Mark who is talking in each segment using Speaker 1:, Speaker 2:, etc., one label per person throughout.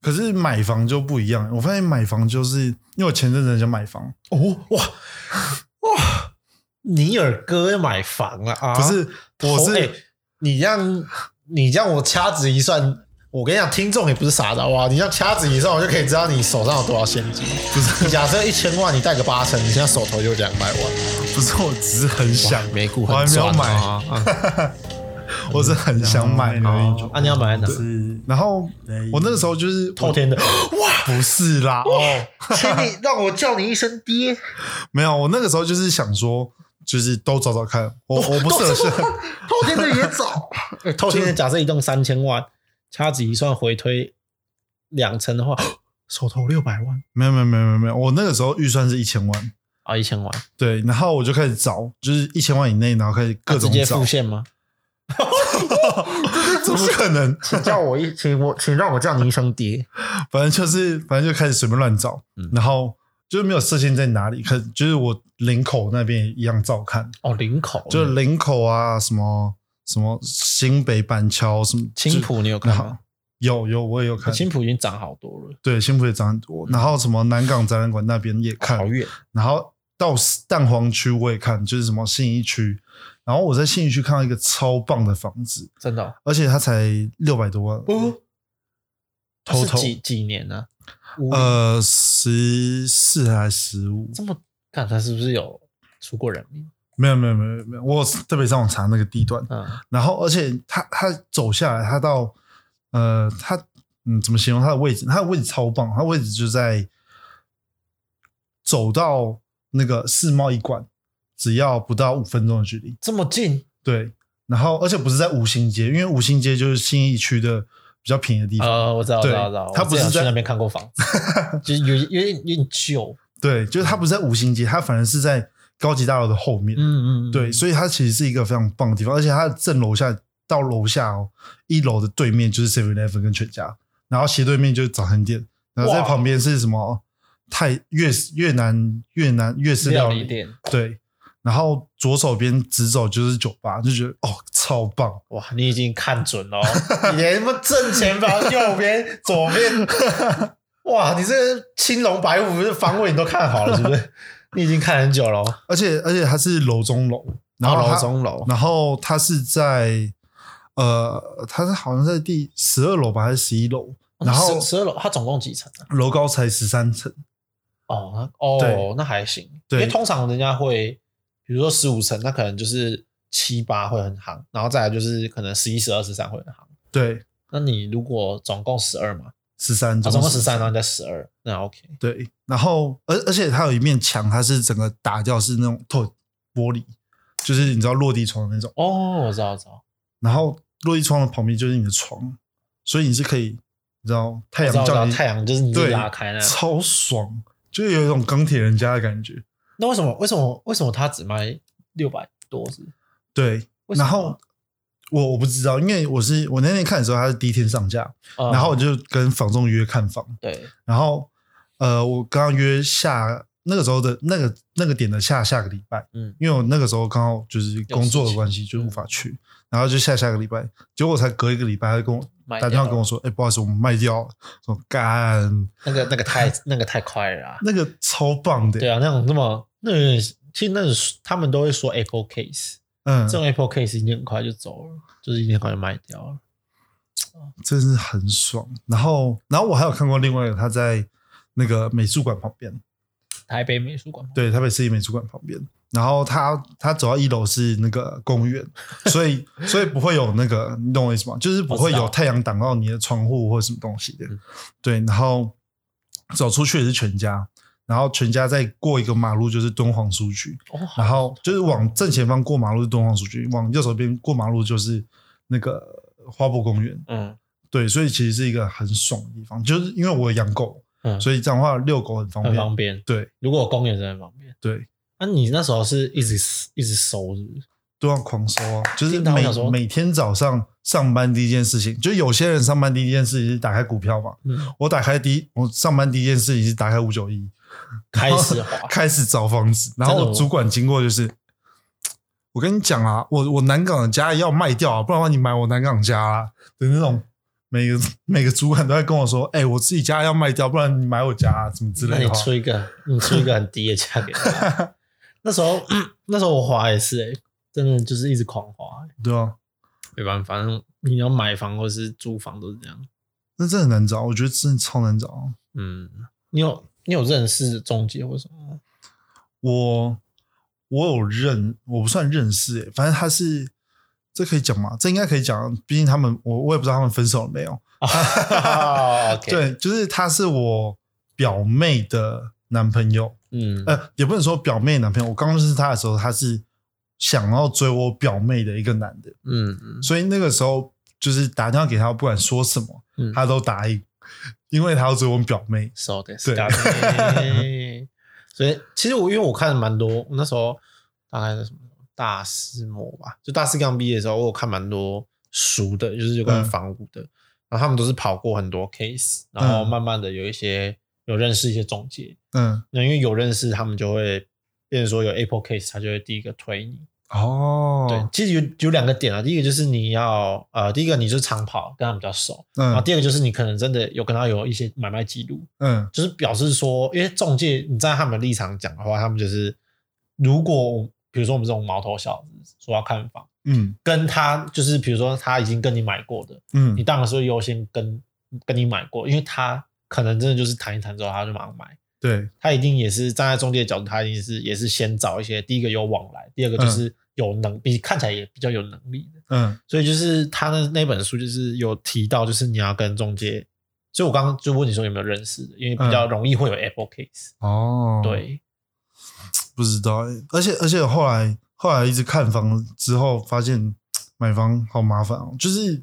Speaker 1: 可是买房就不一样，我发现买房就是因为我前阵子想买房，
Speaker 2: 哦哇哇，尼尔哥要买房了啊！
Speaker 1: 不是，我
Speaker 2: 头哎
Speaker 1: 是
Speaker 2: 你让你让我掐指一算，我跟你讲，听众也不是傻子啊哇！你让掐指一算，我就可以知道你手上有多少现金。
Speaker 1: 不是
Speaker 2: 你假设一千万，你贷个八成，你现在手头就两百万。
Speaker 1: 不是，我只是很想
Speaker 3: 美股
Speaker 1: 我还
Speaker 3: 很
Speaker 1: 没有
Speaker 3: 赚
Speaker 1: 买，
Speaker 3: 啊，啊
Speaker 1: 我是很想买而已。
Speaker 2: 啊，你要买在哪？
Speaker 3: 是
Speaker 1: 然后我那个时候就是
Speaker 2: 后天的哇！
Speaker 1: 不是啦，哦，
Speaker 2: 请你让我叫你一声爹。
Speaker 1: 没有，我那个时候就是想说，就是都找找看，我我不是很是
Speaker 2: 后天的也 早。后天的假设一栋三千万，掐指一算回推两成的 话，手头六百万
Speaker 1: 没有没有没有没有没有，我那个时候预算是一千万，
Speaker 2: 啊，一千万，
Speaker 1: 对，然后我就开始找，就是一千万以内，然后开始各
Speaker 2: 啊直
Speaker 1: 种
Speaker 2: 接
Speaker 1: 找
Speaker 2: 付，现吗？
Speaker 1: 怎么可能？
Speaker 2: 请叫我一，请我，请让我叫你一声爹。
Speaker 1: 反正就是反正就开始随便乱找，
Speaker 2: 嗯
Speaker 1: 然后就是没有设限在哪里，可就是我林口那边一样照看，
Speaker 2: 哦，林口
Speaker 1: 就林口啊什么什么新北板桥什么
Speaker 2: 青浦，你有看
Speaker 1: 然后
Speaker 2: 吗？
Speaker 1: 有有我也有看，
Speaker 2: 青浦已经涨好多了，
Speaker 1: 对新浦也涨很多，然后什么南港展览馆那边也看
Speaker 2: 好，远。
Speaker 1: 然后到蛋黄区我也看，就是什么信义区，然后我在信义区看到一个超棒的房子，
Speaker 2: 真的哦
Speaker 1: 而且它才六百多万，
Speaker 2: 哦，
Speaker 1: 偷
Speaker 2: 是
Speaker 1: 偷
Speaker 2: 几几年呢？五
Speaker 1: 呃十四还十五，
Speaker 2: 这么看他是不是有出过人命？
Speaker 1: 没有没有没有没有，我特别上网查那个地段，
Speaker 2: 嗯，
Speaker 1: 然后而且它它走下来，它到呃它嗯怎么形容它的位置？它的位置超棒，它的位置就在走到那个世贸一馆，只要不到五分钟的距离。
Speaker 2: 这么近
Speaker 1: 对，然后而且不是在五星街，因为五星街就是信义区的比较便宜的地方。
Speaker 2: 呃，我知道，我知
Speaker 1: 对
Speaker 2: 道，我知道，
Speaker 1: 他
Speaker 2: 我
Speaker 1: 不是
Speaker 2: 之
Speaker 1: 在
Speaker 2: 前有去那边看过房 子，就是有有点有点旧，
Speaker 1: 对，就是它不是在五星街，它反而是在高级大楼的后面。
Speaker 2: 嗯嗯，嗯
Speaker 1: 对，，所以它其实是一个非常棒的地方，而且它的正楼下到楼下哦，一楼的对面就是 Seven Eleven 跟全家，然后斜对面就是早餐店，然后在
Speaker 2: 哇
Speaker 1: 旁边是什么泰越越南越南越式料
Speaker 2: 料
Speaker 1: 理
Speaker 2: 理店，
Speaker 1: 对，然后左手边直走就是酒吧，就觉得哦超棒，
Speaker 2: 哇，你已经看准了哦， 你连什么正前方、右边、左边， 哇，你这个青龙白虎这方位你都看好了，是不是？你已经看很久了哦，
Speaker 1: 而且而且它是楼中楼，然后它、
Speaker 2: 楼中楼，
Speaker 1: 然后它是在呃，它是好像在第十二楼吧，还是十一楼？然后
Speaker 2: 哦十十二楼，它总共几层啊？
Speaker 1: 楼高才十三层，
Speaker 2: 哦，那
Speaker 1: 对
Speaker 2: 哦，那还行，因
Speaker 1: 对
Speaker 2: 为通常人家会，比如说十五层，那可能就是七八会很行，然后再来就是可能十一、十二、十三会很行。
Speaker 1: 对，
Speaker 2: 那你如果总共十二嘛，
Speaker 1: 十三，
Speaker 2: 啊总共十三，然后你再十二，那 OK。
Speaker 1: 对，然后而而且它有一面墙，它是整个打掉是那种透玻璃，就是你知道落地窗的那种。
Speaker 2: 哦，我知道，我知道，
Speaker 1: 然后落地窗的旁边就是你的床，所以你是可以，你知道太
Speaker 2: 我知
Speaker 1: 阳
Speaker 2: 道，我知
Speaker 1: 照
Speaker 2: 道，
Speaker 1: 你
Speaker 2: 太阳就是你
Speaker 1: 对
Speaker 2: 拉开那样。
Speaker 1: 超爽，就是有一种钢铁人家的感觉。
Speaker 2: 那为什么？为什么？为什么他只卖六百多是？
Speaker 1: 对，
Speaker 2: 为什么
Speaker 1: 然后我我不知道，因为我是我那天看的时候，它是第一天上架，
Speaker 2: 嗯
Speaker 1: 然后我就跟房仲约看房，
Speaker 2: 对，
Speaker 1: 然后呃，我刚刚约下那个时候的那个那个点的下下个礼拜，
Speaker 2: 嗯
Speaker 1: 因为我那个时候刚好就是工作的关系，就无法去，然后就下下个礼拜，结果才隔一个礼拜，他就跟我
Speaker 2: 卖
Speaker 1: 打
Speaker 2: 掉
Speaker 1: 电话
Speaker 2: 了
Speaker 1: 跟我说，哎、不好意思，我们卖掉了，说干
Speaker 2: 那个那个太那个太快了啊。
Speaker 1: 那个超棒的，
Speaker 2: 对啊，那种那么那有点其实那种他们都会说 Apple Case。
Speaker 1: 嗯
Speaker 2: 这，种 Apple Case 已经很快就走了，就是已经很快就卖掉了。
Speaker 1: 真是很爽。然后，然后我还有看过另外一个，他在那个美术馆旁边，
Speaker 2: 台北美术馆
Speaker 1: 对，台北市立美术馆旁边。然后他他走到一楼是那个公园，所以所以不会有那个，你懂我意思吗？就是不会
Speaker 2: 我知
Speaker 1: 有
Speaker 2: 道
Speaker 1: 太阳挡到你的窗户或什么东西的
Speaker 2: 嗯。
Speaker 1: 对，然后走出去也是全家，然后全家再过一个马路就是敦煌书局，
Speaker 2: 哦，好
Speaker 1: 然后就是往正前方过马路是敦煌书局，往右手边过马路就是那个花博公园。
Speaker 2: 嗯
Speaker 1: 对，所以其实是一个很爽的地方，就是因为我有养狗，
Speaker 2: 嗯，
Speaker 1: 所以这样的话遛狗很方
Speaker 2: 很
Speaker 1: 便。
Speaker 2: 方便。
Speaker 1: 对
Speaker 2: 如果有公园真的很方便。
Speaker 1: 对，
Speaker 2: 那、你那时候是一直一直收是不是？
Speaker 1: 都要狂收啊！就是
Speaker 2: 听到我想
Speaker 1: 每
Speaker 2: 说
Speaker 1: 每天早上上班第一件事情，就有些人上班第一件事情是打开股票嘛。
Speaker 2: 嗯，
Speaker 1: 我打开第一，我上班第一件事情是打开五九一，
Speaker 2: 开始滑，
Speaker 1: 开始找房子。然后
Speaker 2: 啊真的
Speaker 1: 我
Speaker 2: 哦
Speaker 1: 主管经过就是，我跟你讲啊，我我南港的家要卖掉啊，不然的话你买我南港家啊的那种每个每个主管都在跟我说：“哎、我自己家要卖掉，不然你买我家、啊、什么之
Speaker 2: 那
Speaker 1: 类
Speaker 2: 你
Speaker 1: 的。”
Speaker 2: 出一 个，你出一个很低的价给 他。那时候，那时候我滑也是、欸，真的就是一直狂滑、欸
Speaker 1: 对啊，
Speaker 2: 没办法，那种你要买房或是租房都是这样。
Speaker 1: 那真的很难找，我觉得真的超难找。啊
Speaker 2: 嗯，你有你有认识中介或什 么吗？
Speaker 1: 我我有认，我不算认识、欸，反正他是这可以讲吗？这应该可以讲，毕竟他们我我也不知道他们分手了没有。
Speaker 2: o k，
Speaker 1: 对，就是他是我表妹的男朋友，
Speaker 2: 嗯，
Speaker 1: 呃，也不能说表妹男朋友。我刚认识他的时候，他是想要追我表妹的一个男的，
Speaker 2: 嗯嗯
Speaker 1: 所以那个时候就是打电话给他，不管说什么，
Speaker 2: 嗯
Speaker 1: 他都答应，因为他要追我表妹。
Speaker 2: ，so 的，
Speaker 1: 对
Speaker 2: 对。 所以其实我因为我看蛮多，我那时候大概是什么大四末吧，就大四刚毕业的时候，我有看蛮多书的，就是有关
Speaker 1: 嗯
Speaker 2: 房屋的，然后他们都是跑过很多 case，然后
Speaker 1: 嗯
Speaker 2: 慢慢的有一些有认识一些中介，
Speaker 1: 嗯，
Speaker 2: 那因为有认识，他们就会变成说有 Apple case，他就会第一个推你。对
Speaker 1: 哦，，
Speaker 2: 其实有有两个点啊，第一个就是你要呃，第一个你就是长跑，跟他们比较熟，然后
Speaker 1: 嗯
Speaker 2: 第二个就是你可能真的有跟他有一些买卖记录，
Speaker 1: 嗯
Speaker 2: 就是表示说，因为中介你站在他们的立场讲的话，他们就是如果比如说我们这种毛头小子说要看房，
Speaker 1: 嗯
Speaker 2: 跟他就是比如说他已经跟你买过的，你
Speaker 1: 嗯，
Speaker 2: 当然是会优先跟跟你买过，因为他可能真的就是谈一谈之后他就马上买。
Speaker 1: 对，
Speaker 2: 他一定也是站在中介的角度，他一定是也是先找一些第一个有往来，第二个就是有能、比看起来也比较有能力的。
Speaker 1: 嗯
Speaker 2: 所以就是他的那本书就是有提到，就是你要跟中介。所以我刚刚就问你说有没有认识的，因为比较容易会有 Apple case、
Speaker 1: 嗯哦，，
Speaker 2: 对，
Speaker 1: 不知道欸，而且而且后来后来一直看房之后，发现买房好麻烦哦，就是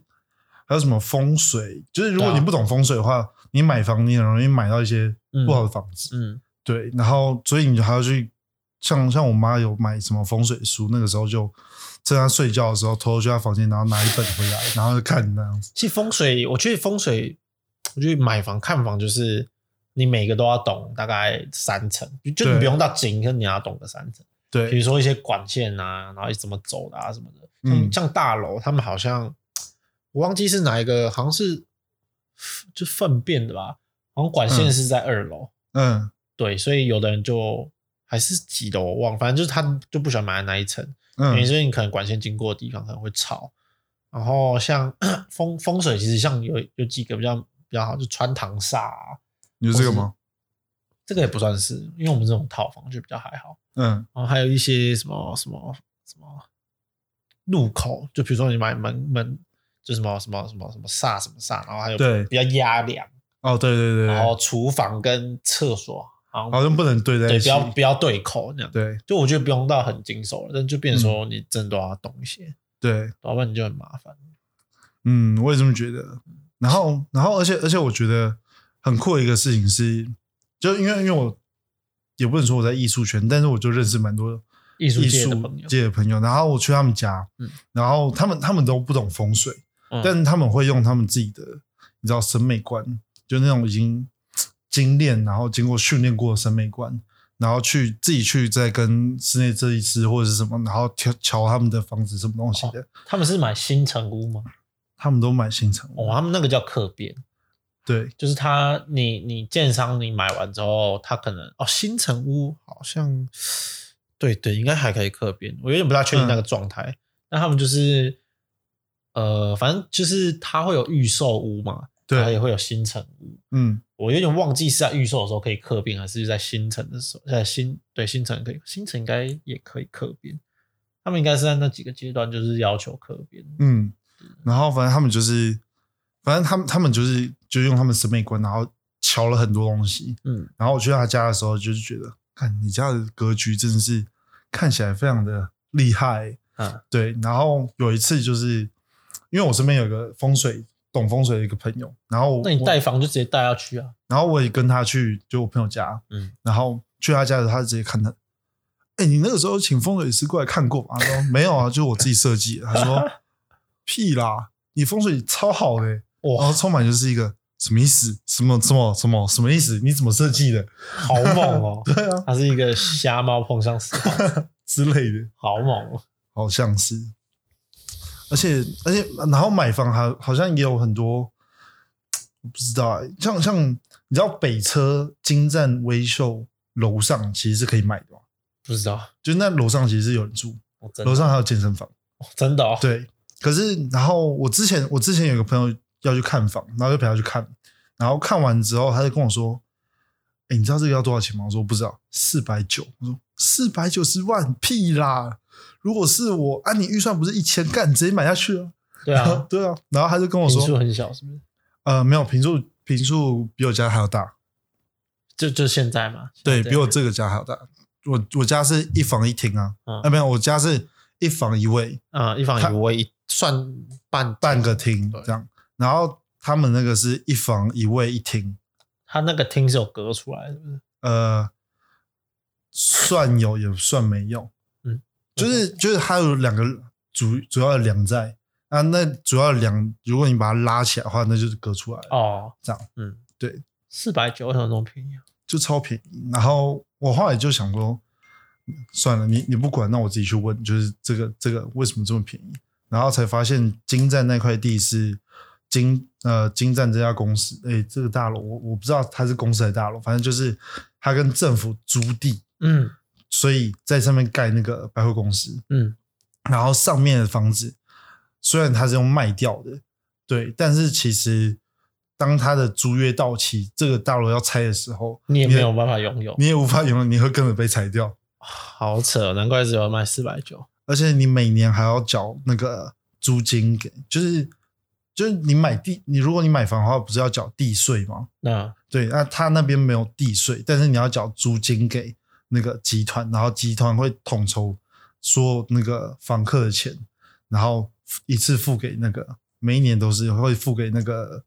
Speaker 1: 还有什么风水，就是如果
Speaker 2: 对啊
Speaker 1: 你不懂风水的话，你买房你很容易买到一些
Speaker 2: 嗯
Speaker 1: 不好的房子，
Speaker 2: 嗯
Speaker 1: 对，然后所以你还要去像像我妈有买什么风水书，那个时候就趁她睡觉的时候偷偷去她房间，然后拿一本回来，然后就看那样子，
Speaker 2: 其实风水，我觉得风水，我觉得买房看房就是你每个都要懂大概三层，就就你
Speaker 1: 对
Speaker 2: 不用到精，可是你要懂个三层。比
Speaker 1: 对
Speaker 2: 如，说一些管线啊，然后怎么走的啊什么的。
Speaker 1: 嗯
Speaker 2: 嗯，像大楼，他们好像我忘记是哪一个，好像是就粪便的吧，好像管线
Speaker 1: 嗯
Speaker 2: 是在二楼。
Speaker 1: 嗯
Speaker 2: 对，所以有的人就还是几楼我忘了，反正就是他就不喜欢买在那一层，因为
Speaker 1: 嗯
Speaker 2: 所以你可能管线经过的地方可能会吵。然后像 风风水，其实像有有几个比较比较好，就穿堂煞、啊，
Speaker 1: 你说这个吗？
Speaker 2: 这个也不算是，因为我们这种套房就比较还好。
Speaker 1: 嗯
Speaker 2: 然后还有一些什么什么什么路口，就比如说你买门门，就什么什么什么什么煞什么煞，然后还有
Speaker 1: 对
Speaker 2: 比较压梁，
Speaker 1: 哦，对对对对，
Speaker 2: 然后厨房跟厕所，然后
Speaker 1: 好像不能对在
Speaker 2: 对
Speaker 1: 一
Speaker 2: 不
Speaker 1: 起，
Speaker 2: 要不要对口那样。
Speaker 1: 对
Speaker 2: 就我觉得不用到很精熟了，但就
Speaker 1: 嗯
Speaker 2: 变成说你真的都要懂一些，
Speaker 1: 对，
Speaker 2: 要不然你就很麻烦。
Speaker 1: 嗯，我也这么觉得。然后，然后，而且，而且，我觉得很酷的一个事情是，就因为因为我也不能说我在艺术圈，但是我就认识蛮多
Speaker 2: 艺术
Speaker 1: 艺
Speaker 2: 界的
Speaker 1: 术
Speaker 2: 朋友，
Speaker 1: 界的朋友。然后我去他们家，
Speaker 2: 嗯
Speaker 1: 然后他们他们都不懂风水，
Speaker 2: 嗯
Speaker 1: 但他们会用他们自己的，你知道审美观，就那种已经精炼，然后经过训练过的审美观，然后去自己去再跟室内设计师或者是什么，然后调瞧他们的房子什么东西的，
Speaker 2: 他们是买新城屋吗？
Speaker 1: 他们都买新城屋
Speaker 2: 哦，他们那个叫客变，
Speaker 1: 对，
Speaker 2: 就是他，你你建商你买完之后，他可能哦新城屋好像，对对，应该还可以客变，我有点不大确
Speaker 1: 嗯
Speaker 2: 定那个状态。那、他们就是，呃，反正就是他会有预售屋嘛，
Speaker 1: 对
Speaker 2: 然后也会有新城屋。
Speaker 1: 嗯。
Speaker 2: 我有点忘记是在预售的时候可以客变，还是在新城的时候，在新对新城可以，新城应该也可以客变。他们应该是在那几个阶段就是要求客变。
Speaker 1: 嗯，然后反正他们就是，反正他们他们就是就用他们审美观，然后瞧了很多东西。
Speaker 2: 嗯，
Speaker 1: 然后我去他家的时候，就是觉得，看你家的格局真的是看起来非常的厉害。
Speaker 2: 啊，
Speaker 1: 对，然后有一次就是，因为我身边有个风水懂风水的一个朋友，然后我
Speaker 2: 那你
Speaker 1: 我
Speaker 2: 带房就直接带下去啊。
Speaker 1: 然后我也跟他去，就我朋友家，
Speaker 2: 嗯
Speaker 1: 嗯，然后去他家的时候，他就直接看他，哎、你那个时候请风水师过来看过吗？他说没有啊，就是我自己设计的。他说屁啦，你风水超好的欸、然
Speaker 2: 哇
Speaker 1: 后，充满就是一个什么意思？什么什么什么什么意思？你怎么设计的？
Speaker 2: 好猛哦！
Speaker 1: 对啊
Speaker 2: 它是一个瞎猫碰上死猫，
Speaker 1: 之类的，
Speaker 2: 好猛 哦！
Speaker 1: 好像是。而且而且，然后买房还好像也有很多不知道、欸，像像你知道北车金站微秀楼上其实是可以买的嘛，
Speaker 2: 不知道，
Speaker 1: 就是那楼上其实是有人住，
Speaker 2: 我哦真的
Speaker 1: 楼上还有健身房。
Speaker 2: 哦真的哦，
Speaker 1: 对，可是然后我之前我之前有个朋友要去看房，然后就陪他去看，然后看完之后他就跟我说：“哎、你知道这个要多少钱吗？”我说：“不知道，四百九。”我说：“四百九十万，屁啦！如果是我，按、你预算不是一千，干直接买下去啊。”，
Speaker 2: 对 啊
Speaker 1: 对啊。然后他就跟我
Speaker 2: 平数
Speaker 1: 说
Speaker 2: 很小，是不是？：“
Speaker 1: 呃，没有，平数平数比我家还要大，
Speaker 2: 就就现在嘛，
Speaker 1: 对
Speaker 2: 现在
Speaker 1: 比我这个家还要大。我我家是一房一厅啊，
Speaker 2: 嗯
Speaker 1: 啊没有，我家是一房一卫，
Speaker 2: 啊，一房一卫一算半
Speaker 1: 半个，厅
Speaker 2: 对
Speaker 1: 这样。然后他们那个是一房一卫一厅，
Speaker 2: 他那个厅是有隔出来的，是不是？
Speaker 1: 呃，算有也算没有，
Speaker 2: 嗯，
Speaker 1: 就是就是它有两个主主要的梁在啊，那主要的梁如果你把它拉起来的话，那就是隔出来了，
Speaker 2: 哦，
Speaker 1: 这样
Speaker 2: 嗯，
Speaker 1: 对，
Speaker 2: 四百九为什么那么便宜啊？
Speaker 1: 就超便宜。然后我后来就想说，算了，你你不管，那我自己去问，就是这个这个为什么这么便宜？然后才发现金站那块地是金呃金站这家公司，哎，这个大楼我我不知道它是公司还是大楼，反正就是它跟政府租地，
Speaker 2: 嗯
Speaker 1: 所以在上面盖那个百货公司，
Speaker 2: 嗯，
Speaker 1: 然后上面的房子虽然它是用卖掉的，对，但是其实当它的租约到期，这个大楼要拆的时候，
Speaker 2: 你也没有办法拥有，
Speaker 1: 你也无法拥有，你会跟着被裁掉，
Speaker 2: 好扯，哦难怪只有卖四百九。
Speaker 1: 而且你每年还要缴那个租金给，就是就是你买地，你如果你买房的话，不是要缴地税吗？
Speaker 2: 那
Speaker 1: 对，那他那边没有地税，但是你要缴租金给那个集团，然后集团会统筹说那个房客的钱，然后一次付给那个，每一年都是会付给那个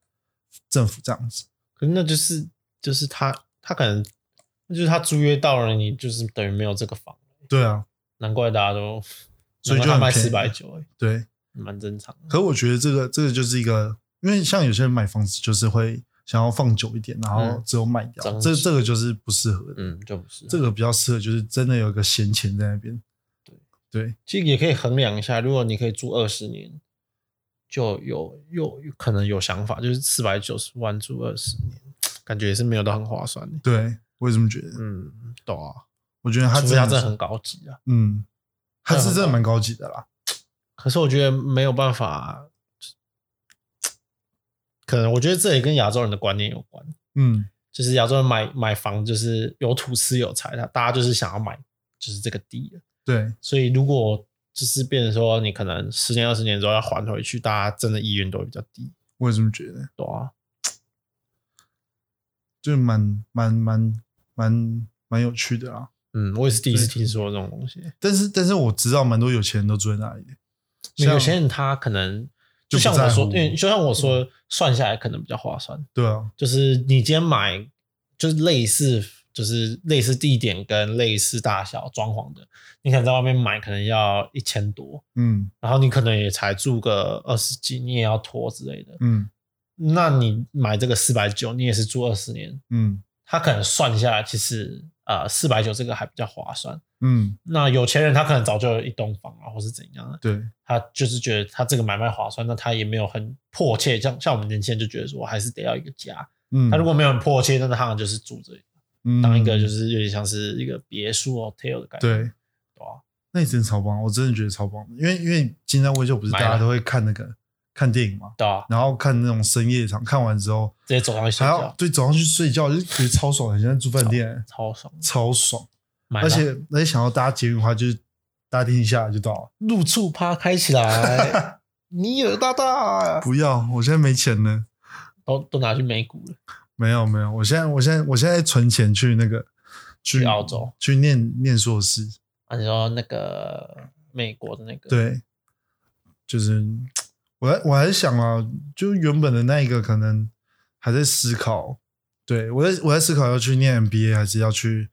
Speaker 1: 政府这样子。
Speaker 2: 可是那就是就是他他可能那就是他租约到了，你就是等于没有这个房，
Speaker 1: 对啊，
Speaker 2: 难怪大家都，
Speaker 1: 所以就
Speaker 2: 难
Speaker 1: 很
Speaker 2: 怪他卖
Speaker 1: 便宜
Speaker 2: 四百九，欸
Speaker 1: 对。
Speaker 2: 蛮正常的。
Speaker 1: 可我觉得这个这个就是一个，因为像有些人买房子就是会想要放久一点，然后
Speaker 2: 嗯
Speaker 1: 之后卖掉，
Speaker 2: 增
Speaker 1: 这
Speaker 2: 值
Speaker 1: 这个就是不适合的。
Speaker 2: 嗯，就不是
Speaker 1: 这个比较适合就是真的有一个闲钱在那边。对
Speaker 2: 其实也可以衡量一下，如果你可以住二十年，就有又有可能有想法，就是四百九十万住二十年，感觉也是没有到很划算的。
Speaker 1: 对对，我也这么觉得。
Speaker 2: 嗯，懂啊，
Speaker 1: 我觉得他
Speaker 2: 他
Speaker 1: 真
Speaker 2: 除非他
Speaker 1: 的
Speaker 2: 真的
Speaker 1: 是
Speaker 2: 很高级啊。
Speaker 1: 嗯，
Speaker 2: 它
Speaker 1: 它
Speaker 2: 有
Speaker 1: 是
Speaker 2: 很
Speaker 1: 真的
Speaker 2: 高
Speaker 1: 蛮高级的啦。
Speaker 2: 可是我觉得没有办法，可能我觉得这也跟亚洲人的观念有关，
Speaker 1: 嗯，
Speaker 2: 就是亚洲人买买房就是有土司有财，他大家就是想要买就是这个地了
Speaker 1: 对，
Speaker 2: 所以如果就是变成说你可能十年二十年之后要还回去，大家真的意愿都会比较低，
Speaker 1: 我也这么觉得，
Speaker 2: 对啊。
Speaker 1: 就蛮蛮蛮蛮蛮有趣的啦。
Speaker 2: 嗯，我也是第一次
Speaker 1: 对
Speaker 2: 听说这种东西。
Speaker 1: 但是但是我知道蛮多有钱人都住在那里的，像
Speaker 2: 有些人他可能
Speaker 1: 就
Speaker 2: 就
Speaker 1: 不
Speaker 2: 像
Speaker 1: 在
Speaker 2: 我说，
Speaker 1: 乎嗯
Speaker 2: 因为就像我说，算下来可能比较划算。
Speaker 1: 对啊，
Speaker 2: 就是你今天买，就是类似，就是类似地点跟类似大小装潢的，你可能在外面买可能要一千多，
Speaker 1: 嗯
Speaker 2: 然后你可能也才住个二十几，你也要拖之类的。
Speaker 1: 嗯
Speaker 2: 那你买这个四百九，你也是住二十年，
Speaker 1: 嗯
Speaker 2: 他可能算下来，其实呃四百九这个还比较划算。
Speaker 1: 嗯，
Speaker 2: 那有钱人他可能早就有一栋房啊，或是怎样的，
Speaker 1: 对，
Speaker 2: 他就是觉得他这个买卖划算，那他也没有很迫切，像像我们年轻人就觉得说，我还是得要一个家。
Speaker 1: 嗯，
Speaker 2: 他如果没有很迫切，那他好像就是住着当一个就是有点像是一个别墅 hotel 的
Speaker 1: 嗯
Speaker 2: 感觉，
Speaker 1: 对，
Speaker 2: 对吧？
Speaker 1: 那你真的超棒，我真的觉得超棒的，因为因为金山微秀不是大
Speaker 2: 买
Speaker 1: 家
Speaker 2: 了
Speaker 1: 都会看那个看电影嘛，
Speaker 2: 对啊，
Speaker 1: 然后看那种深夜场，看完之后
Speaker 2: 直接走上去
Speaker 1: 还
Speaker 2: 睡
Speaker 1: 要
Speaker 2: 觉，
Speaker 1: 对早上去睡觉，就觉得超爽，很像住饭店，
Speaker 2: 超爽。
Speaker 1: 超爽。而
Speaker 2: 买了
Speaker 1: 且而且想要搭捷运的话，就是搭电梯下来就到了。
Speaker 2: 入住趴开 起来，尼尔大大
Speaker 1: 不要，我现在没钱呢。
Speaker 2: 都都拿去美股了，
Speaker 1: 没有没有，我现在我现在我现在存钱去那个去
Speaker 2: 去澳洲
Speaker 1: 去念念硕士，
Speaker 2: 啊，你说那个美国的那个，
Speaker 1: 对，就是我还我还想啊，就原本的那一个可能还在思考，对我在我在思考要去念 MBA 还是要去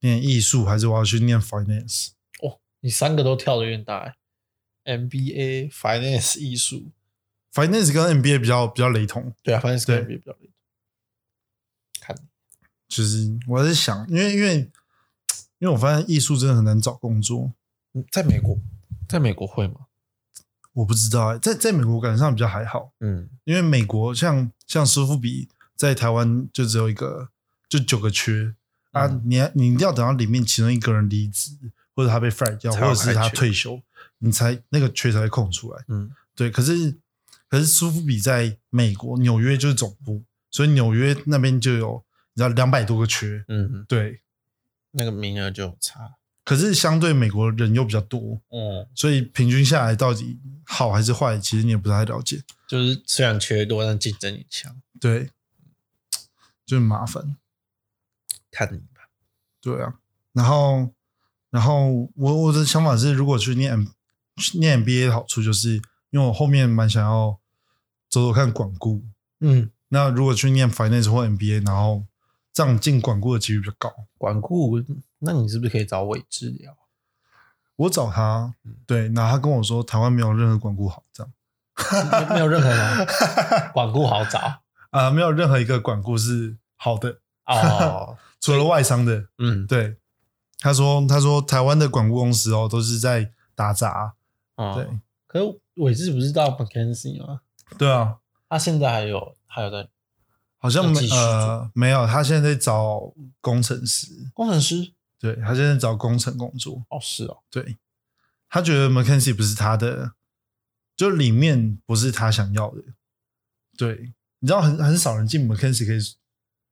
Speaker 1: 念艺术，还是我要去念 finance。
Speaker 2: 哦，你三个都跳的有点大欸，MBA finance 艺术，
Speaker 1: finance 跟 MBA 比较比较雷同，
Speaker 2: 对啊，finance
Speaker 1: 对
Speaker 2: 跟 MBA 比较类似看
Speaker 1: 就是我在想，因为因为因为我发现艺术真的很难找工作，
Speaker 2: 嗯在美国，在美国会吗？
Speaker 1: 我不知道、欸，在在美国感觉上比较还好，
Speaker 2: 嗯
Speaker 1: 因为美国像像师傅比在台湾就只有一个，就九个缺啊，
Speaker 2: 嗯
Speaker 1: 你你一定要等到里面其中一个人离职，或者他被 fire 掉，
Speaker 2: 才
Speaker 1: 或
Speaker 2: 有
Speaker 1: 者是他
Speaker 2: 开缺
Speaker 1: 退休，你才那个缺才会空出来。
Speaker 2: 嗯
Speaker 1: 对，可是可是苏富比在美国纽约就是总部，所以纽约那边就有你知道两百多个缺，
Speaker 2: 嗯，
Speaker 1: 对，
Speaker 2: 那个名额就有差。
Speaker 1: 可是相对美国人又比较多，
Speaker 2: 嗯，
Speaker 1: 所以平均下来到底好还是坏，其实你也不太了解，
Speaker 2: 就是虽然缺多，但竞争也强。
Speaker 1: 对，就很麻烦。
Speaker 2: 看你吧。
Speaker 1: 对啊，然后，然后我我的想法是，如果去念 M- 去念 MBA 的好处，就是因为我后面蛮想要走走看管顾。
Speaker 2: 嗯，
Speaker 1: 那如果去念 finance 或 MBA，然后这样进管顾的几率比较高。
Speaker 2: 管顾，那你是不是可以找伟治疗？
Speaker 1: 我找他
Speaker 2: 嗯，
Speaker 1: 对，然后他跟我说台湾没有任何管顾好，这样
Speaker 2: 没没有任何 人管顾好找
Speaker 1: 啊、没有任何一个管顾是好的，
Speaker 2: 哦。
Speaker 1: 除了外商的。
Speaker 2: 嗯，
Speaker 1: 对，他说他说台湾的管顾公司哦，都是在打杂。
Speaker 2: 哦
Speaker 1: 对。
Speaker 2: 可是伟治不是到 McKenzie 吗？
Speaker 1: 对啊，
Speaker 2: 他现在还有还有在
Speaker 1: 好像没
Speaker 2: 要继续做
Speaker 1: 呃没有，他现在在找工程师，
Speaker 2: 工程师
Speaker 1: 对他现在找工程工作，
Speaker 2: 哦，是哦，
Speaker 1: 对他觉得 McKenzie 不是他的，就里面不是他想要的，对，你知道很很少人进 McKenzie 可以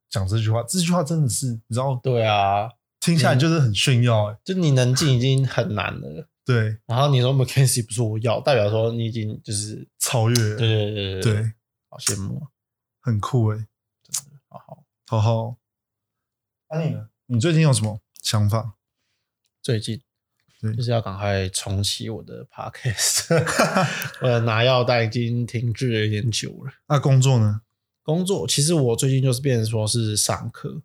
Speaker 1: 讲这句话，这句话真的是你知道
Speaker 2: 对啊，
Speaker 1: 听下来就是很炫耀、欸，
Speaker 2: 就你能进已经很难了，
Speaker 1: 对，
Speaker 2: 然后你说 McKenzie 不是我要，代表说你已经就是
Speaker 1: 超越，
Speaker 2: 对对对对，
Speaker 1: 对
Speaker 2: 好羡慕啊，
Speaker 1: 很酷哎、
Speaker 2: 好好。
Speaker 1: 好好，安妮呢，你最近有什么想法？
Speaker 2: 最近
Speaker 1: 对
Speaker 2: 就是要赶快重启我的 podcast，我的拿药袋已经停滞了有点久了。
Speaker 1: 那、啊工作呢？
Speaker 2: 工作其实我最近就是变成说是上课，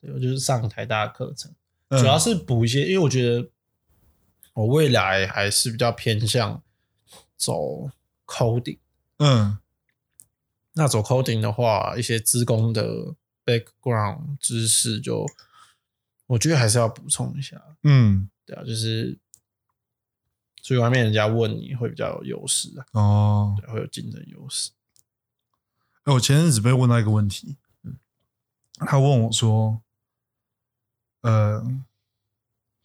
Speaker 2: 对我就是上台大的课程，
Speaker 1: 嗯
Speaker 2: 主要是补一些，因为我觉得我未来还是比较偏向走 coding。
Speaker 1: 嗯
Speaker 2: 那走 coding 的话，一些资工的 background 知识就，我觉得还是要补充一下，
Speaker 1: 嗯
Speaker 2: 对啊，就是所以外面人家问你会比较有优势啊，
Speaker 1: 哦。
Speaker 2: 对，会有竞争优势。
Speaker 1: 哎，我前阵子被问到一个问题，他问我说，呃，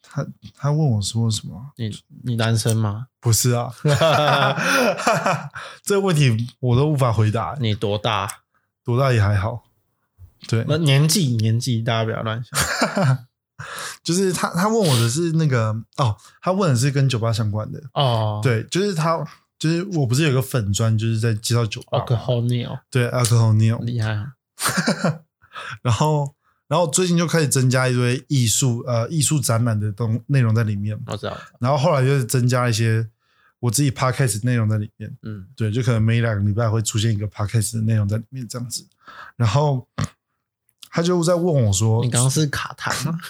Speaker 1: 他他问我说什么？
Speaker 2: 你你单身 吗？
Speaker 1: 不是啊，这个问题我都无法回答，
Speaker 2: 你多大？
Speaker 1: 多大也还好。对，
Speaker 2: 那年纪年纪大家不要乱想。
Speaker 1: 就是他他问我的是那个哦，他问的是跟酒吧相关的，
Speaker 2: 哦，
Speaker 1: 对，就是他就是我不是有个粉砖，就是在介绍酒吧嘛，
Speaker 2: ，alcohol neo
Speaker 1: 对 alcohol neo，
Speaker 2: 厉害啊，
Speaker 1: 然后然后最近就开始增加一堆艺术呃艺术展览的东内容在里面，
Speaker 2: 我知道，我知道
Speaker 1: 然后后来就是增加一些我自己 podcast 内容在里面，
Speaker 2: 嗯
Speaker 1: 对，就可能每两个礼拜会出现一个 podcast 的内容在里面这样子。然后他就在问我说：“
Speaker 2: 你刚刚是卡痰吗？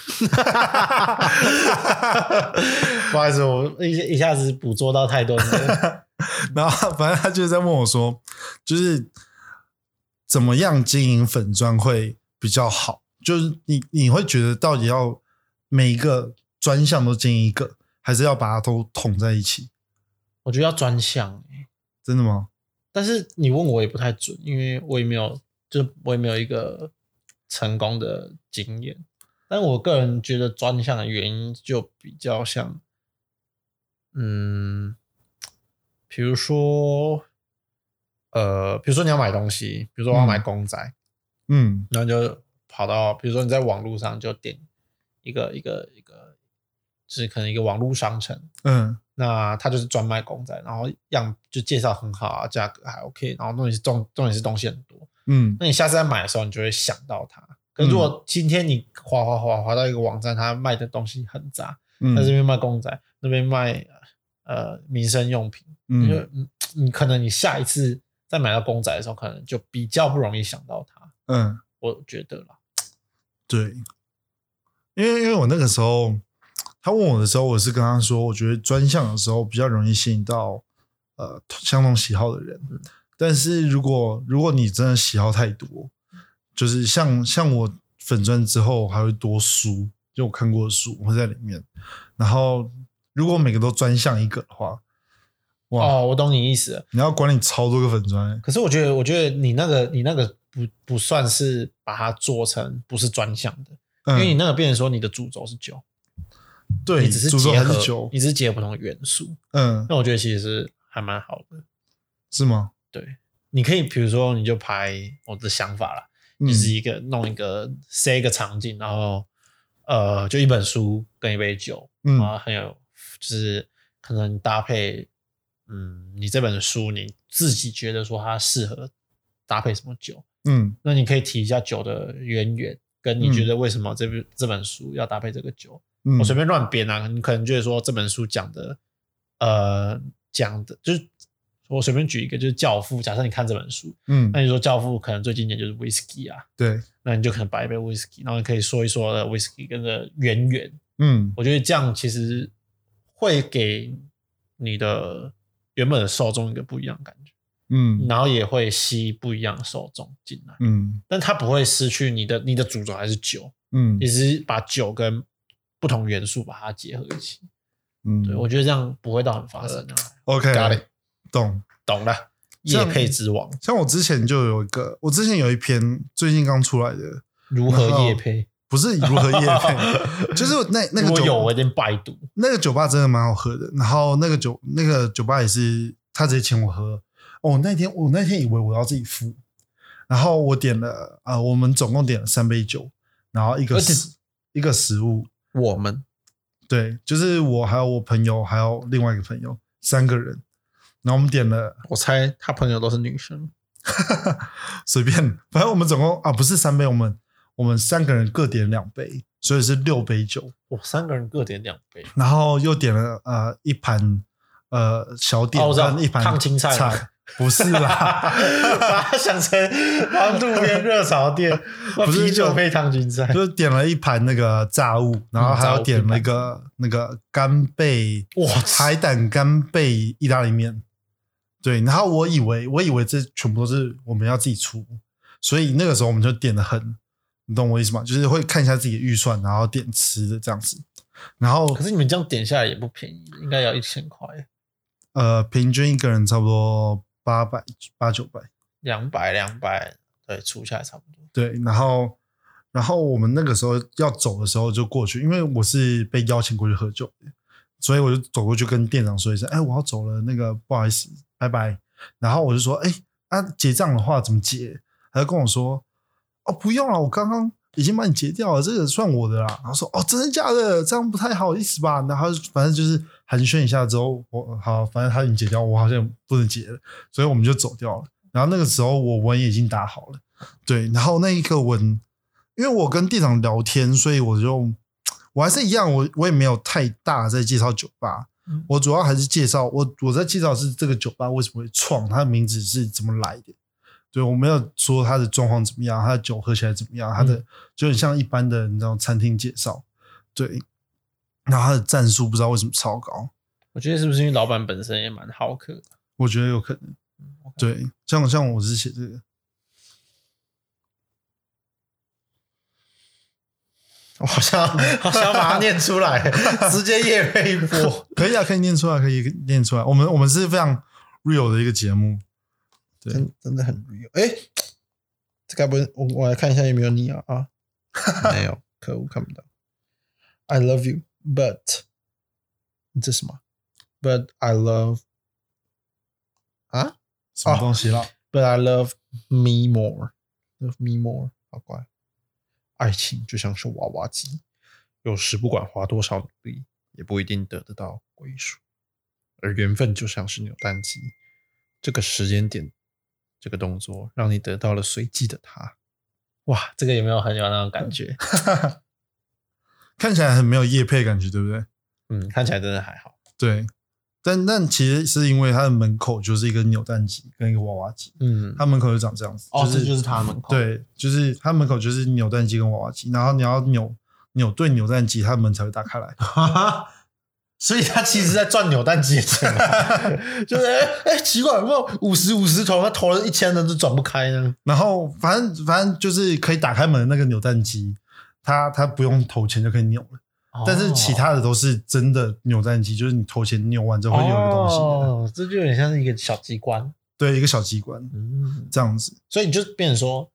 Speaker 2: 不好意思，我一一下子捕捉到太多 的，
Speaker 1: 然后反正他就在问我说，就是怎么样经营粉砖会比较好？就是你你会觉得到底要每一个专项都经营一个，还是要把它都统在一起？
Speaker 2: 我觉得要专项欸、
Speaker 1: 真的吗？
Speaker 2: 但是你问我也不太准，因为我也没有，就是我也没有一个成功的经验。但我个人觉得专项的原因就比较像，嗯，比如说，呃，比如说你要买东西，比如说我要买
Speaker 1: 嗯
Speaker 2: 公仔，
Speaker 1: 嗯
Speaker 2: 然后就跑到，比如说你在网络上就点一个一个一个，就是可能一个网络商城，
Speaker 1: 嗯
Speaker 2: 那他就是专卖公仔，然后样就介绍很好啊，价格还 OK，然后重点是重重点是东西很多，
Speaker 1: 嗯
Speaker 2: 那你下次在买的时候，你就会想到它。可是如果今天你滑滑滑滑到一个网站，它卖的东西很杂，
Speaker 1: 嗯，
Speaker 2: 在这边卖公仔，那边卖呃民生用品，你就
Speaker 1: 嗯
Speaker 2: 嗯你可能你下一次再买到公仔的时候，可能就比较不容易想到它，
Speaker 1: 嗯，
Speaker 2: 我觉得啦。
Speaker 1: 对，因为因为我那个时候他问我的时候，我是跟他说，我觉得专项的时候比较容易吸引到呃相同喜好的人，
Speaker 2: 嗯
Speaker 1: 但是如果如果你真的喜好太多，
Speaker 2: 嗯
Speaker 1: 就是像像我粉钻之后还会多书，就我看过的书会在里面，然后如果每个都专项一个的话，哇
Speaker 2: 哦，我懂你意思了。
Speaker 1: 你要管理超多个粉砖、欸，
Speaker 2: 可是我觉得，我觉得你那个你那个不不算是把它做成不是专项的，因为你
Speaker 1: 嗯，
Speaker 2: 那个变成说你的主轴是酒，
Speaker 1: 对，
Speaker 2: 你只是
Speaker 1: 诅咒
Speaker 2: 结
Speaker 1: 还是
Speaker 2: 合
Speaker 1: 酒，
Speaker 2: 你只是结合不同的元素。
Speaker 1: 嗯，
Speaker 2: 那我觉得其实是还蛮好的。
Speaker 1: 是吗？
Speaker 2: 你可以比如说，你就拍我的想法啦，
Speaker 1: 嗯
Speaker 2: 就是一个弄一个塞一个场景，然后呃，就一本书跟一杯酒，
Speaker 1: 嗯
Speaker 2: 啊，很有就是可能搭配，嗯，你这本书你自己觉得说它适合搭配什么酒，
Speaker 1: 嗯
Speaker 2: 那你可以提一下酒的渊源，跟你觉得为什么这本、这本书要搭配这个酒。
Speaker 1: 嗯，
Speaker 2: 我随便乱编啊，你可能觉得说这本书讲的，呃，讲的就是我随便举一个，就是《教父》。假设你看这本书，
Speaker 1: 嗯
Speaker 2: 那，你说《教父》可能最经典就是 whisky 啊，
Speaker 1: 对，
Speaker 2: 那你就可能摆一杯 whisky，然后你可以说一说呃 whisky 跟的渊源。
Speaker 1: 嗯
Speaker 2: 我觉得这样其实会给你的原本的受众一个不一样的感觉，
Speaker 1: 嗯
Speaker 2: 然后也会吸不一样的受众进来。
Speaker 1: 嗯
Speaker 2: 但它不会失去你的你的主轴还是酒，
Speaker 1: 嗯
Speaker 2: 你只是把酒跟不同元素把它结合一起。
Speaker 1: 嗯，
Speaker 2: 对我觉得这样不会到很发生啊。
Speaker 1: OK，
Speaker 2: Got it
Speaker 1: 懂。
Speaker 2: 懂了，
Speaker 1: 这
Speaker 2: 夜
Speaker 1: 样
Speaker 2: 配之王
Speaker 1: 像我之前就有一个，我之前有一篇最近刚出来的，
Speaker 2: 如何夜配？
Speaker 1: 不是如何夜 配，就是那那
Speaker 2: 如
Speaker 1: 个
Speaker 2: 果
Speaker 1: 酒
Speaker 2: 有，我一定拜读。
Speaker 1: 那个酒吧真的蛮好喝的。然后那个酒那个酒吧也是他直接请我喝。哦，那天我那天以为我要自己付，然后我点了啊、呃我们总共点了三杯酒，然后一个
Speaker 2: 而且
Speaker 1: 食一个食物，
Speaker 2: 我们
Speaker 1: 对，就是我还有我朋友还有另外一个朋友三个人，然后我们点 了
Speaker 2: 我猜他朋友都是女生，
Speaker 1: 随便，反正我们总共啊不是三杯，我们我们三个人各点两杯，所以是六杯酒，
Speaker 2: 我三个人各点两 杯。
Speaker 1: 然后又点了呃一盘呃小点
Speaker 2: 哦我知道
Speaker 1: 跟一盘
Speaker 2: 烫青菜
Speaker 1: 菜， 不是啦，
Speaker 2: 把它想成帮路边热炒 店，
Speaker 1: 不是
Speaker 2: 啤酒配烫青菜。
Speaker 1: 就是点了一盘那个炸物，然后还
Speaker 2: 嗯炸
Speaker 1: 有
Speaker 2: 物
Speaker 1: 点
Speaker 2: 拼盘
Speaker 1: 那个那个干贝
Speaker 2: 哇
Speaker 1: 海胆干贝意大利面，对，然后我以为我以为这全部都是我们要自己出，所以那个时候我们就点的很，你懂我意思吗？就是会看一下自己的预算，然后点吃的这样子，然后
Speaker 2: 可是你们这样点下来也不便宜，应该要一千块。
Speaker 1: 呃，平均一个人差不多八百八九百，
Speaker 2: 两百两百，对，除下来差不多。
Speaker 1: 对，然后然后我们那个时候要走的时候就过去，因为我是被邀请过去喝酒的，所以我就走过去跟店长说一声：“哎，我要走了，那个不好意思，拜拜。”然后我就说：“哎，啊，结账的话怎么结？”他就跟我说：“哦，不用了，我刚刚已经帮你结掉了，这个算我的啦。”然后说：“哦，真的假的？这样不太好意思吧？”然后反正就是寒暄一下之后，我好，反正他已经结掉，我好像不能结了，所以我们就走掉了。然后那个时候我文也已经打好了。对，然后那一个文，因为我跟店长聊天，所以我就我还是一样，我我也没有太大在介绍酒吧，
Speaker 2: 嗯
Speaker 1: 我主要还是介绍我我在介绍是这个酒吧为什么会创，它的名字是怎么来的。对我没有说它的状况怎么样，它的酒喝起来怎么样，它的、就很像一般的你知道餐厅介绍，对。然后它的战术不知道为什么超高，
Speaker 2: 我觉得是不是因为老板本身也蛮好客的？
Speaker 1: 我觉得有可能。对，像像我是写这个，
Speaker 2: 我好像好像把它念出来，直接夜配一波。
Speaker 1: 可以啊，可以念出来，可以念出来。我们我们是非常 real 的一个节目，对
Speaker 2: 真真的很 real。哎、这该不是我我来看一下有没有你啊啊？没有，可恶，看不到。I love you, but 你这什么？But I love 啊
Speaker 1: 什么东西啦？
Speaker 2: ，But I love me more, love me more，好乖。爱情就像是娃娃机，有时不管花多少努力，也不一定得得到归属。而缘分就像是扭蛋机，这个时间点，这个动作让你得到了随机的他。哇，这个有没有很有那种感觉？
Speaker 1: 看起来很没有业配感觉，对不对？
Speaker 2: 嗯，看起来真的还好。
Speaker 1: 对，但但其实是因为它的门口就是一个扭蛋机跟一个娃娃机，
Speaker 2: 嗯，
Speaker 1: 它门口就长这样子，
Speaker 2: 哦，
Speaker 1: 就是、
Speaker 2: 这就是他门口。，
Speaker 1: 对，就是它门口就是扭蛋机跟娃娃机，然后你要扭扭对扭蛋机，它门才会打开来。
Speaker 2: 所以他其实在赚扭蛋机的钱啊， 就是哎、哎奇怪，有没有五十五十投，他投了一千人都转不开呢？
Speaker 1: 然后反正反正就是可以打开门的那个扭蛋机，它它不用投钱就可以扭了。但
Speaker 2: 哦
Speaker 1: 是其他的都是真的扭蛋机，就是你投钱扭完之后会有一个东西，
Speaker 2: 哦，这就有点像是一个小机关。
Speaker 1: 对，一个小机关
Speaker 2: 嗯，
Speaker 1: 这样子。
Speaker 2: 所以你就变成说，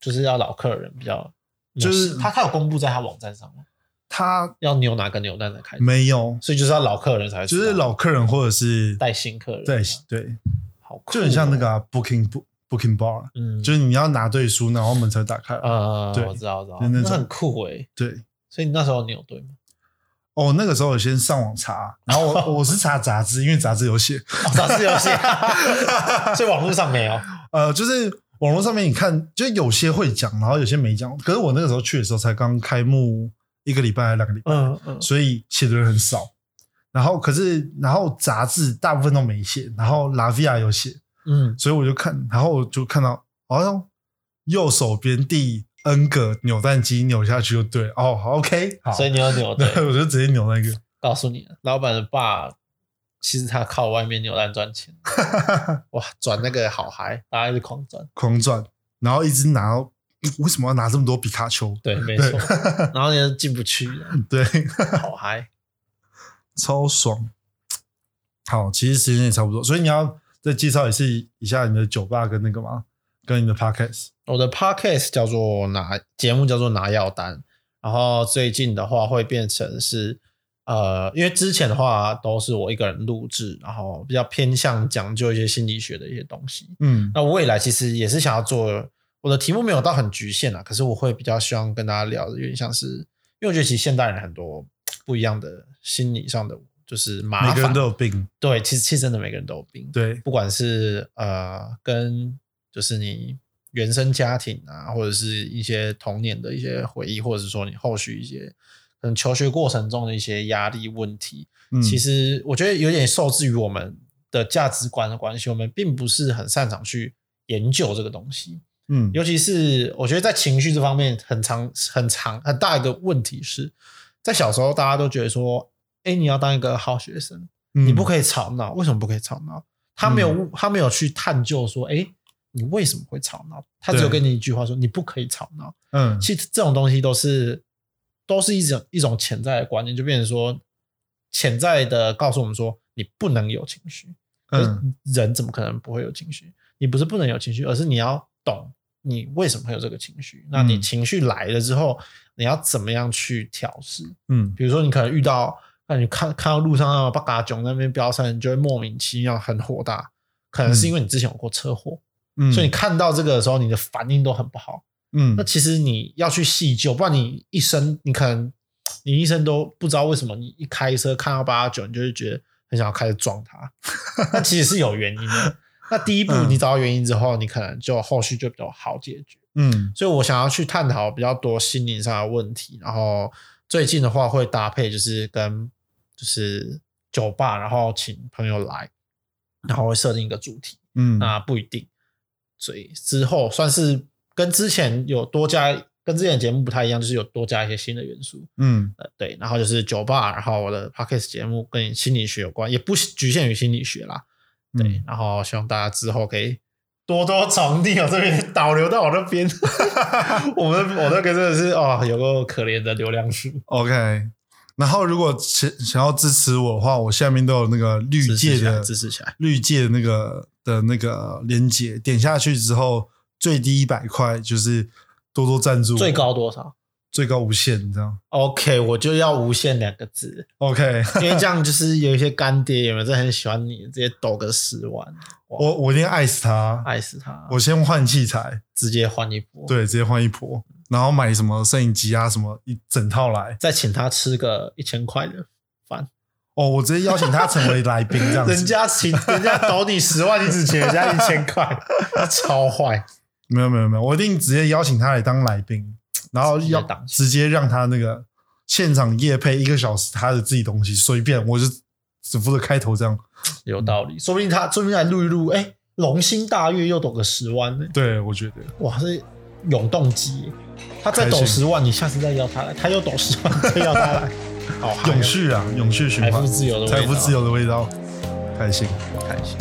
Speaker 2: 就是要老客人比较，
Speaker 1: 就是
Speaker 2: 他他有公布在他网站上吗？
Speaker 1: 他
Speaker 2: 要扭哪个扭蛋来开始，
Speaker 1: 没有，
Speaker 2: 所以就是要老客人才会知
Speaker 1: 嗯就
Speaker 2: 道
Speaker 1: 是老客人或者是
Speaker 2: 带新客人，
Speaker 1: 对对，
Speaker 2: 好酷哦，
Speaker 1: 就很像那个啊、Booking Booking Bar，
Speaker 2: 嗯，
Speaker 1: 就是你要拿对书，然后门才会打开。
Speaker 2: 呃，
Speaker 1: 对
Speaker 2: 我知道，我知道，
Speaker 1: 就那
Speaker 2: 那
Speaker 1: 种
Speaker 2: 很酷诶。
Speaker 1: 对，
Speaker 2: 所以你那时候你有对吗？
Speaker 1: 哦，那个时候我先上网查，然后我我是查杂志，因为杂志有写，
Speaker 2: 哦，杂志游 戏，所以网络上没有。
Speaker 1: 呃，就是网络上面你看，就有些会讲，然后有些没讲。可是我那个时候去的时候才刚开幕一个礼拜还是两个礼拜，
Speaker 2: 嗯嗯，
Speaker 1: 所以写的人很少。然后可是，然后杂志大部分都没写，然后拉菲亚有写，
Speaker 2: 嗯，
Speaker 1: 所以我就看，然后我就看到好像右手边第 N 个扭蛋机扭下去就对了哦好，OK，好，
Speaker 2: 所以你有扭对
Speaker 1: 对，，我就直接扭那个，
Speaker 2: 告诉你，老板的爸其实他靠外面扭蛋赚 钱，哇，转那个好嗨，大家一直狂转，
Speaker 1: 狂转，然后一直拿到，为什么要拿这么多皮卡丘？
Speaker 2: 对，没
Speaker 1: 对
Speaker 2: 错， 然后你就进不去，
Speaker 1: 对，
Speaker 2: 好 嗨，
Speaker 1: 超爽。好，其实时间也差不多，所以你要再介绍一次一下你的酒吧跟那个嘛，跟你的 podcast。
Speaker 2: 我的 podcast 叫做拿节目叫做拿药单，然后最近的话会变成是呃，因为之前的话都是我一个人录制，然后比较偏向讲究一些心理学的一些东西。
Speaker 1: 嗯
Speaker 2: 那未来其实也是想要做，我的题目没有到很局限啊，可是我会比较希望跟大家聊的，有点像是，因为我觉得其实现代人很多不一样的心理上的就是麻烦，
Speaker 1: 每个人都有病，
Speaker 2: 对，其实其实真的每个人都有病，
Speaker 1: 对，
Speaker 2: 不管是呃跟就是你原生家庭啊，或者是一些童年的一些回忆，或者是说你后续一些可能求学过程中的一些压力问题，
Speaker 1: 嗯，
Speaker 2: 其实我觉得有点受制于我们的价值观的关系，我们并不是很擅长去研究这个东西。
Speaker 1: 嗯，
Speaker 2: 尤其是我觉得在情绪这方面很长、很长、很大一个问题是，在小时候大家都觉得说，哎，你要当一个好学生，你不
Speaker 1: 以，
Speaker 2: 可以吵闹，为什么不可以吵闹？他没有，
Speaker 1: 嗯
Speaker 2: 他没有去探究说，哎，你为什么会吵闹？他只有
Speaker 1: 对
Speaker 2: 跟你一句话说，你不可以吵闹。
Speaker 1: 嗯
Speaker 2: 其实这种东西都是都是一种一种潜在的观念，就变成说潜在的告诉我们说你不能有情绪。可是
Speaker 1: 嗯
Speaker 2: 人怎么可能不会有情绪？你不是不能有情绪，而是你要懂你为什么会有这个情绪。那你
Speaker 1: 嗯
Speaker 2: 情绪来了之后，你要怎么样去调试？
Speaker 1: 嗯
Speaker 2: 比如说你可能遇到，那你看看到路上那种八嘎囧那边飙车，你就会莫名其妙很火大，可能是因为你之前有过车祸，
Speaker 1: 嗯，
Speaker 2: 所以你看到这个的时候，你的反应都很不好。
Speaker 1: 嗯
Speaker 2: 那其实你要去细究，不然你一生你可能你一生都不知道为什么你一开车看到八九，你就会觉得很想要开始撞它。那其实是有原因的。那第一步
Speaker 1: 嗯
Speaker 2: 你找到原因之后，你可能就后续就比较好解决。
Speaker 1: 嗯
Speaker 2: 所以我想要去探讨比较多心灵上的问题，然后最近的话会搭配就是跟就是酒吧，然后请朋友来，然后会设定一个主题。
Speaker 1: 嗯
Speaker 2: 那不一定，所以之后算是跟之前有多加，跟之前的节目不太一样，就是有多加一些新的元素，
Speaker 1: 嗯
Speaker 2: 呃，对，然后就是酒吧，然后我的 podcast 节目跟心理学有关，也不局限于心理学啦，对，
Speaker 1: 嗯
Speaker 2: 然后希望大家之后可以多多从你我这边导流到我那边， 我们我那个真的是哦，有个可怜的流量数，
Speaker 1: ，OK。然后如果想想要支持我的话，我下面都有那个绿
Speaker 2: 支持
Speaker 1: 界
Speaker 2: 起来，
Speaker 1: 的
Speaker 2: 支持起来，
Speaker 1: 绿界的那个的那个连接，点下去之后，最低一百块就是多多赞助我，
Speaker 2: 最高多少
Speaker 1: 最高无限这样。
Speaker 2: ？OK，我就要无限两个字。
Speaker 1: OK，
Speaker 2: 因为这样就是有一些干爹有没有真的很喜欢你，直接抖个十万，
Speaker 1: 我我一定爱死他，
Speaker 2: 爱死他，
Speaker 1: 我先换器材，
Speaker 2: 直接换一波，，
Speaker 1: 对，直接换一波，然后买什么摄影机啊，什么一整套来。
Speaker 2: 再请他吃个一千块的饭，
Speaker 1: 哦，我直接邀请他成为来宾这样子。
Speaker 2: 人家 请人家抖你十万，你只请人家一千块，他超坏，
Speaker 1: 没有没有没有，我一定直接邀请他来当来宾，然后
Speaker 2: 直接
Speaker 1: 要
Speaker 2: 当
Speaker 1: 直接让他那个现场夜配一个小时他的自己东西，随便我就只负责开头这样。
Speaker 2: 有道理，说不定他说不定来录一录，哎、龙心大悦又抖个十万呢、
Speaker 1: 对，我觉得
Speaker 2: 哇，是永动机耶，他再抖
Speaker 1: 开
Speaker 2: 十
Speaker 1: 心
Speaker 2: 万，你下次再邀他来，他又抖十万，再邀 他来，好嗨哦
Speaker 1: 永续啊，永续循
Speaker 2: 财
Speaker 1: 环
Speaker 2: 富，自由的味道
Speaker 1: 财富自由的味道，开心。
Speaker 2: 开心，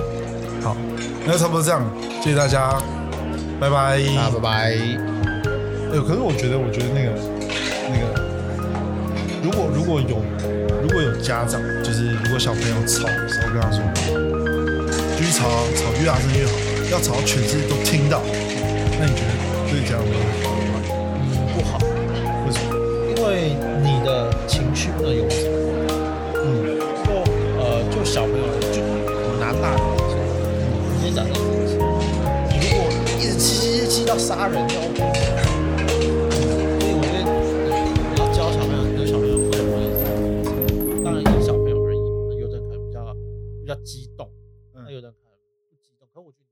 Speaker 1: 好，那差不多这样，谢谢大家，拜拜。
Speaker 2: 那拜拜。
Speaker 1: 哎、可是我觉得，我觉得那个那个如果如果有如果有家长，就是如果小朋友吵的时候跟他说，继续吵啊，吵越大声越好，要吵到全世界都听到，那你觉得对家长会好吗？
Speaker 2: 嗯不好，
Speaker 1: 为什么？
Speaker 2: 因为你的情绪不能有止。
Speaker 1: 嗯
Speaker 2: 就呃，就小朋友，就我拿大人来说，你也长得很气，你如果一直气气气气到杀人，要我所以我觉嗯得要教小朋友，对小朋友会不会，当然因小朋友而异嘛，有的人可能比较比较激动，那
Speaker 1: 嗯，
Speaker 2: 有的人可能不激动，可我觉得。